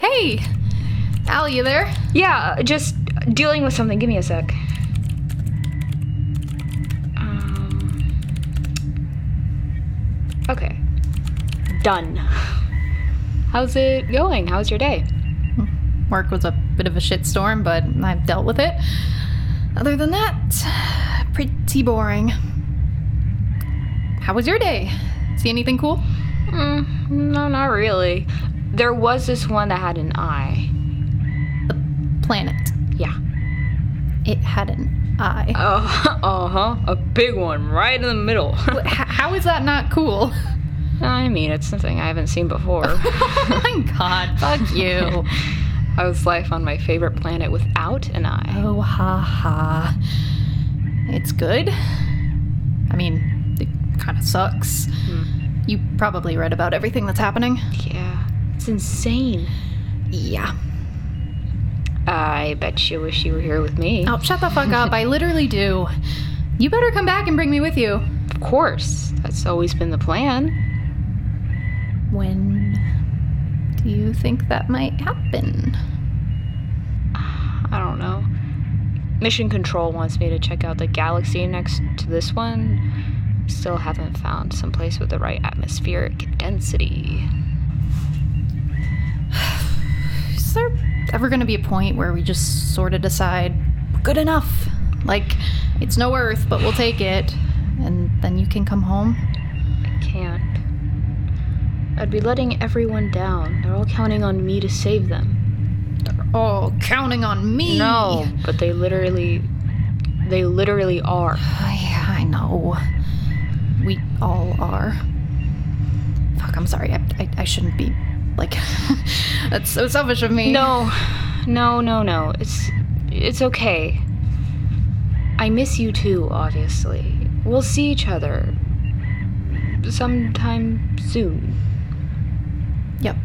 Hey! Al, you there? Yeah, just dealing with something. Give me a sec. Um, okay. Done. How's it going? How's your day? Work was a bit of a shitstorm, but I've dealt with it. Other than that, pretty boring. How was your day? See anything cool? Mm, no, not really. There was this one that had an eye. The planet. Yeah. It had an eye. Oh, uh huh. A big one right in the middle. Wh- Uh, h- How is that not cool? I mean, it's something I haven't seen before. oh my god, fuck you. I was life on my favorite planet without an eye. Oh, ha ha. It's good. I mean, it kind of sucks. You probably read about everything that's happening. Yeah. It's insane. Yeah. I bet you wish you were here with me. Oh, shut the fuck up. I literally do. You better come back and bring me with you. Of course. That's always been the plan. When do you think that might happen? I don't know. Mission Control wants me to check out the galaxy next to this one. Still haven't found someplace with the right atmospheric density. Is there ever going to be a point where we just sort of decide, good enough? Like, it's no Earth, but we'll take it. And then you can come home? Can't. I'd be letting everyone down. They're all counting on me to save them. Oh, counting on me. But they literally. They literally are. Yeah, I know. We all are. Fuck, I'm sorry. I, I, I shouldn't be. Like, that's so selfish of me. No, no, no, no. It's it's okay. I miss you too, obviously. We'll see each other sometime soon. Yep.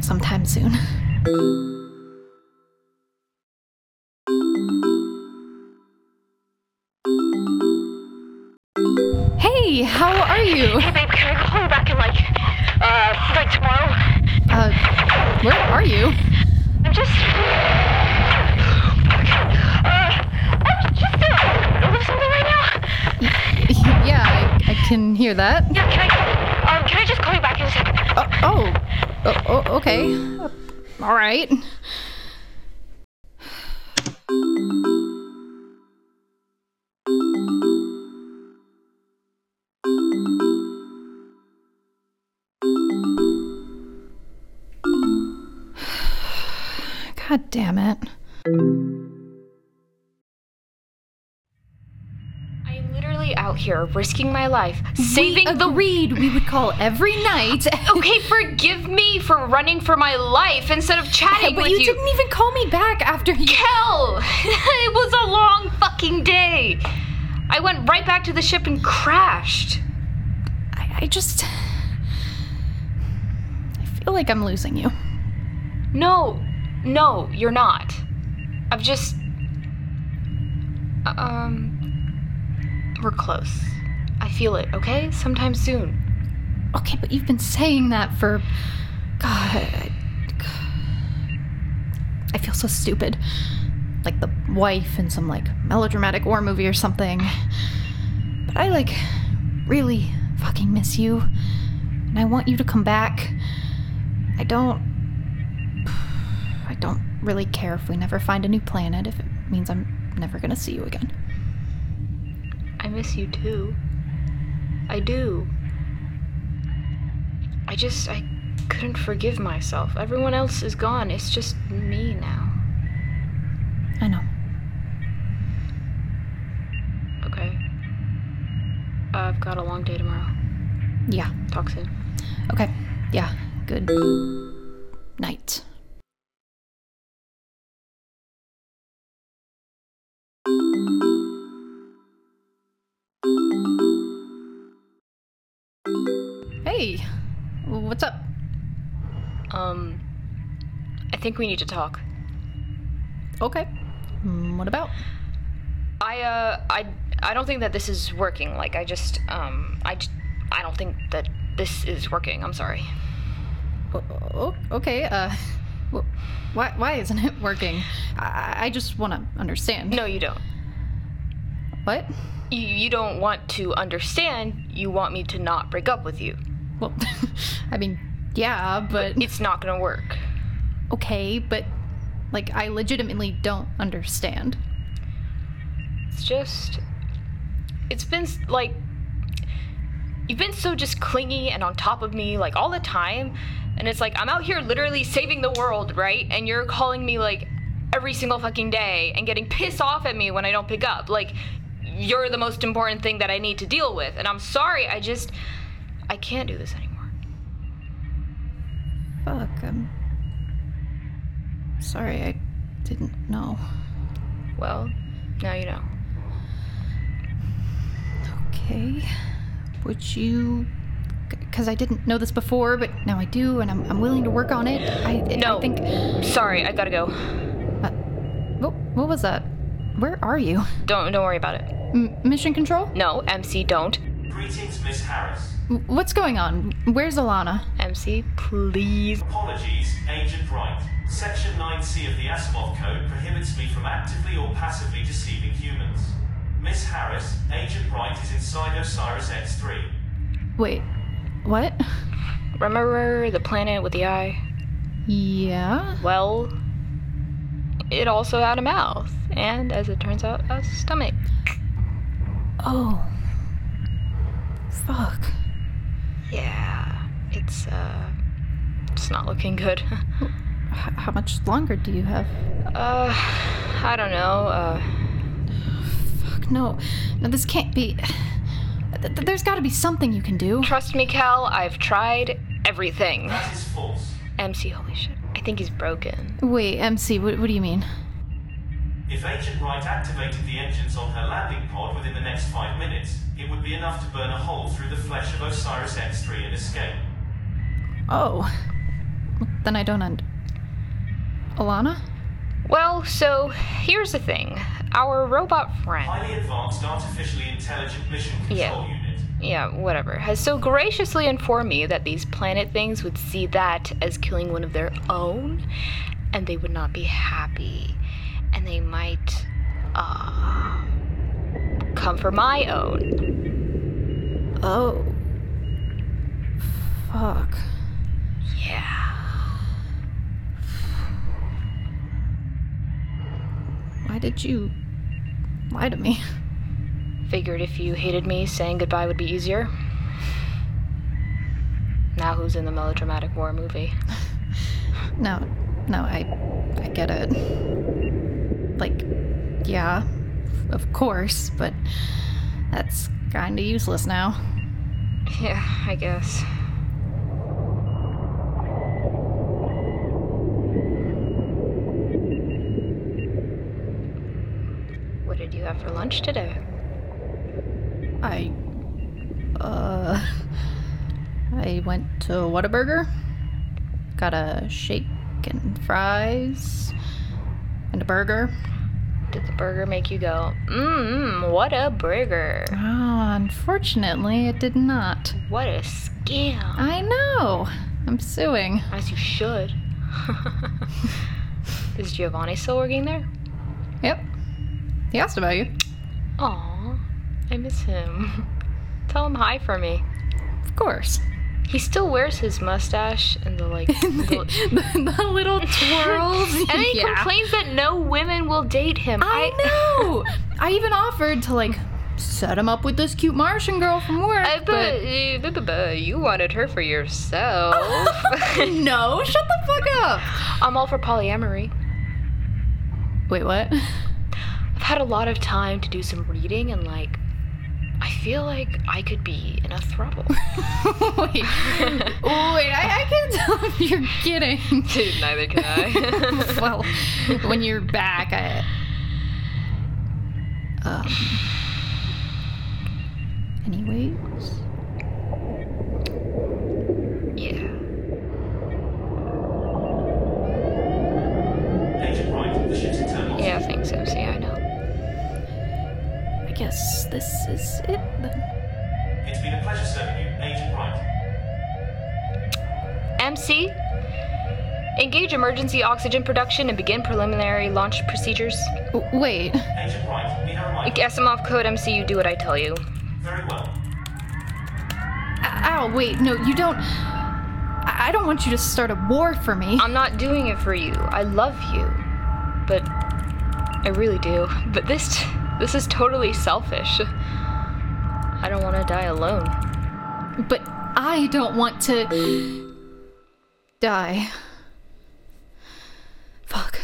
Sometime soon. Hey, how are you? Hey babe, can I call you back in like, uh, like tomorrow? Uh, where are you? I'm just. Uh, I'm just in the middle of something right now. Yeah, I, I can hear that. Yeah, can I? Um, can I just call you back in a second? Oh, oh, oh, oh, okay. All right. God damn it. I'm literally out here risking my life, saving the. agreed we uh, would call every night. Okay, forgive me for running for my life instead of chatting but with you, you. didn't even call me back after you. Hell! it was a long fucking day. I went right back to the ship and crashed. I, I just. I feel like I'm losing you. No, no, you're not. I've just. Um. We're close. I feel it, okay? Sometime soon. Okay, but you've been saying that for. God. I, I feel so stupid. Like the wife in some, like, melodramatic war movie or something. But I, like, really fucking miss you. And I want you to come back. I don't. I don't really care if we never find a new planet, if it means I'm never gonna see you again. I miss you too. I do. I just. I couldn't forgive myself. Everyone else is gone. It's just me now. I know. Okay. Uh, I've got a long day tomorrow. Yeah. Talk soon. Okay. Yeah. Good night. Hey, what's up? Um. I think we need to talk. Okay. Mm, What about? I uh I I don't think that this is working. Like I just um I j- I don't think that this is working. I'm sorry. O- o- okay, uh, wh- why, why isn't it working? I, I just want to understand. No, you don't. What? You you don't want to understand. You want me to not break up with you. Well, I mean, yeah, but. It's not going to work. okay, but, like, I legitimately don't understand. It's just it's been s- like you've been so just clingy and on top of me like all the time and it's like I'm out here literally saving the world, right? And you're calling me like every single fucking day and getting pissed off at me when I don't pick up. Like you're the most important thing that I need to deal with. And I'm sorry, I just I can't do this anymore. Fuck, I'm. Sorry, I didn't know. Well, now you know. Okay. Would you. Because I didn't know this before, but now I do, and I'm, I'm willing to work on it. I, I No. think. Sorry, I got to go. Uh, what, what was that? Where are you? Don't don't worry about it. M- mission control? No, MC don't. Greetings, Miss Harris. W- What's going on? Where's Alana? MC please. Apologies, Agent Wright. Section 9C of the Asimov Code prohibits me from actively or passively deceiving humans. Miss Harris, Agent Wright is inside Osiris X3. Wait, what? Remember the planet with the eye? Yeah? Well, it also had a mouth, and as it turns out, a stomach. Oh. Fuck. Yeah, it's, uh, it's not looking good. H- how much longer do you have? uh, I don't know, uh, Fuck, no. No, this can't be. Th- th- There's gotta be something you can do. trust me, Cal, I've tried everything. That is false. MC, holy shit. I think he's broken. Wait, MC, what, what do you mean? If Agent Wright activated the engines on her landing pod within the next five minutes, it would be enough to burn a hole through the flesh of Osiris X3 and escape. Oh. Then I don't end. Alana? Well, so here's the thing. Our robot friend. Highly advanced artificially intelligent mission control unit. yeah, whatever, has so graciously informed me that these planet things would see that as killing one of their own, and they would not be happy, and they might, uh, come for my own. Oh. Fuck. Yeah. Why did you lie to me? Figured if you hated me, saying goodbye would be easier. Now who's in the melodramatic war movie? No, no, I, I get it. Like, yeah, of course, but that's kinda useless now. Yeah, I guess. What did you have for lunch today? I, uh, I went to Whataburger, got a shake and fries, and a burger. Did the burger make you go, mmm, what a burger? Ah, unfortunately, it did not. What a scam. I know. I'm suing. As you should. Is Giovanni still working there? Yep. He asked about you. Aw, I miss him. Tell him hi for me. Of course. He still wears his mustache and the like. the- the, the little twirls. and he Yeah. complains that no women will date him. I know. I even offered to like set him up with this cute Martian girl from work, I but bet but, you wanted her for yourself. no. Shut the fuck up. I'm all for polyamory. Wait, what? I've had a lot of time to do some reading and like I feel like I could be in a throuple. wait, wait. I, I can't tell if you're kidding. Dude, neither can well, when you're back, I. Um. Anyways, yeah. Agent Wright, the ship's internal. Yeah, thanks, MC. guess this is it then. It's been a pleasure serving you, Agent Wright. MC, engage emergency oxygen production and begin preliminary launch procedures. W- Oh, Wait. Agent Wright, need a reminder. Asimov code MC, you do what I tell you. Very well. Ow, wait, no, you don't. I I don't want you to start a war for me. I'm not doing it for you. I love you. But I really do. But this this is totally selfish. I don't want to die alone. But I don't want to die. Fuck.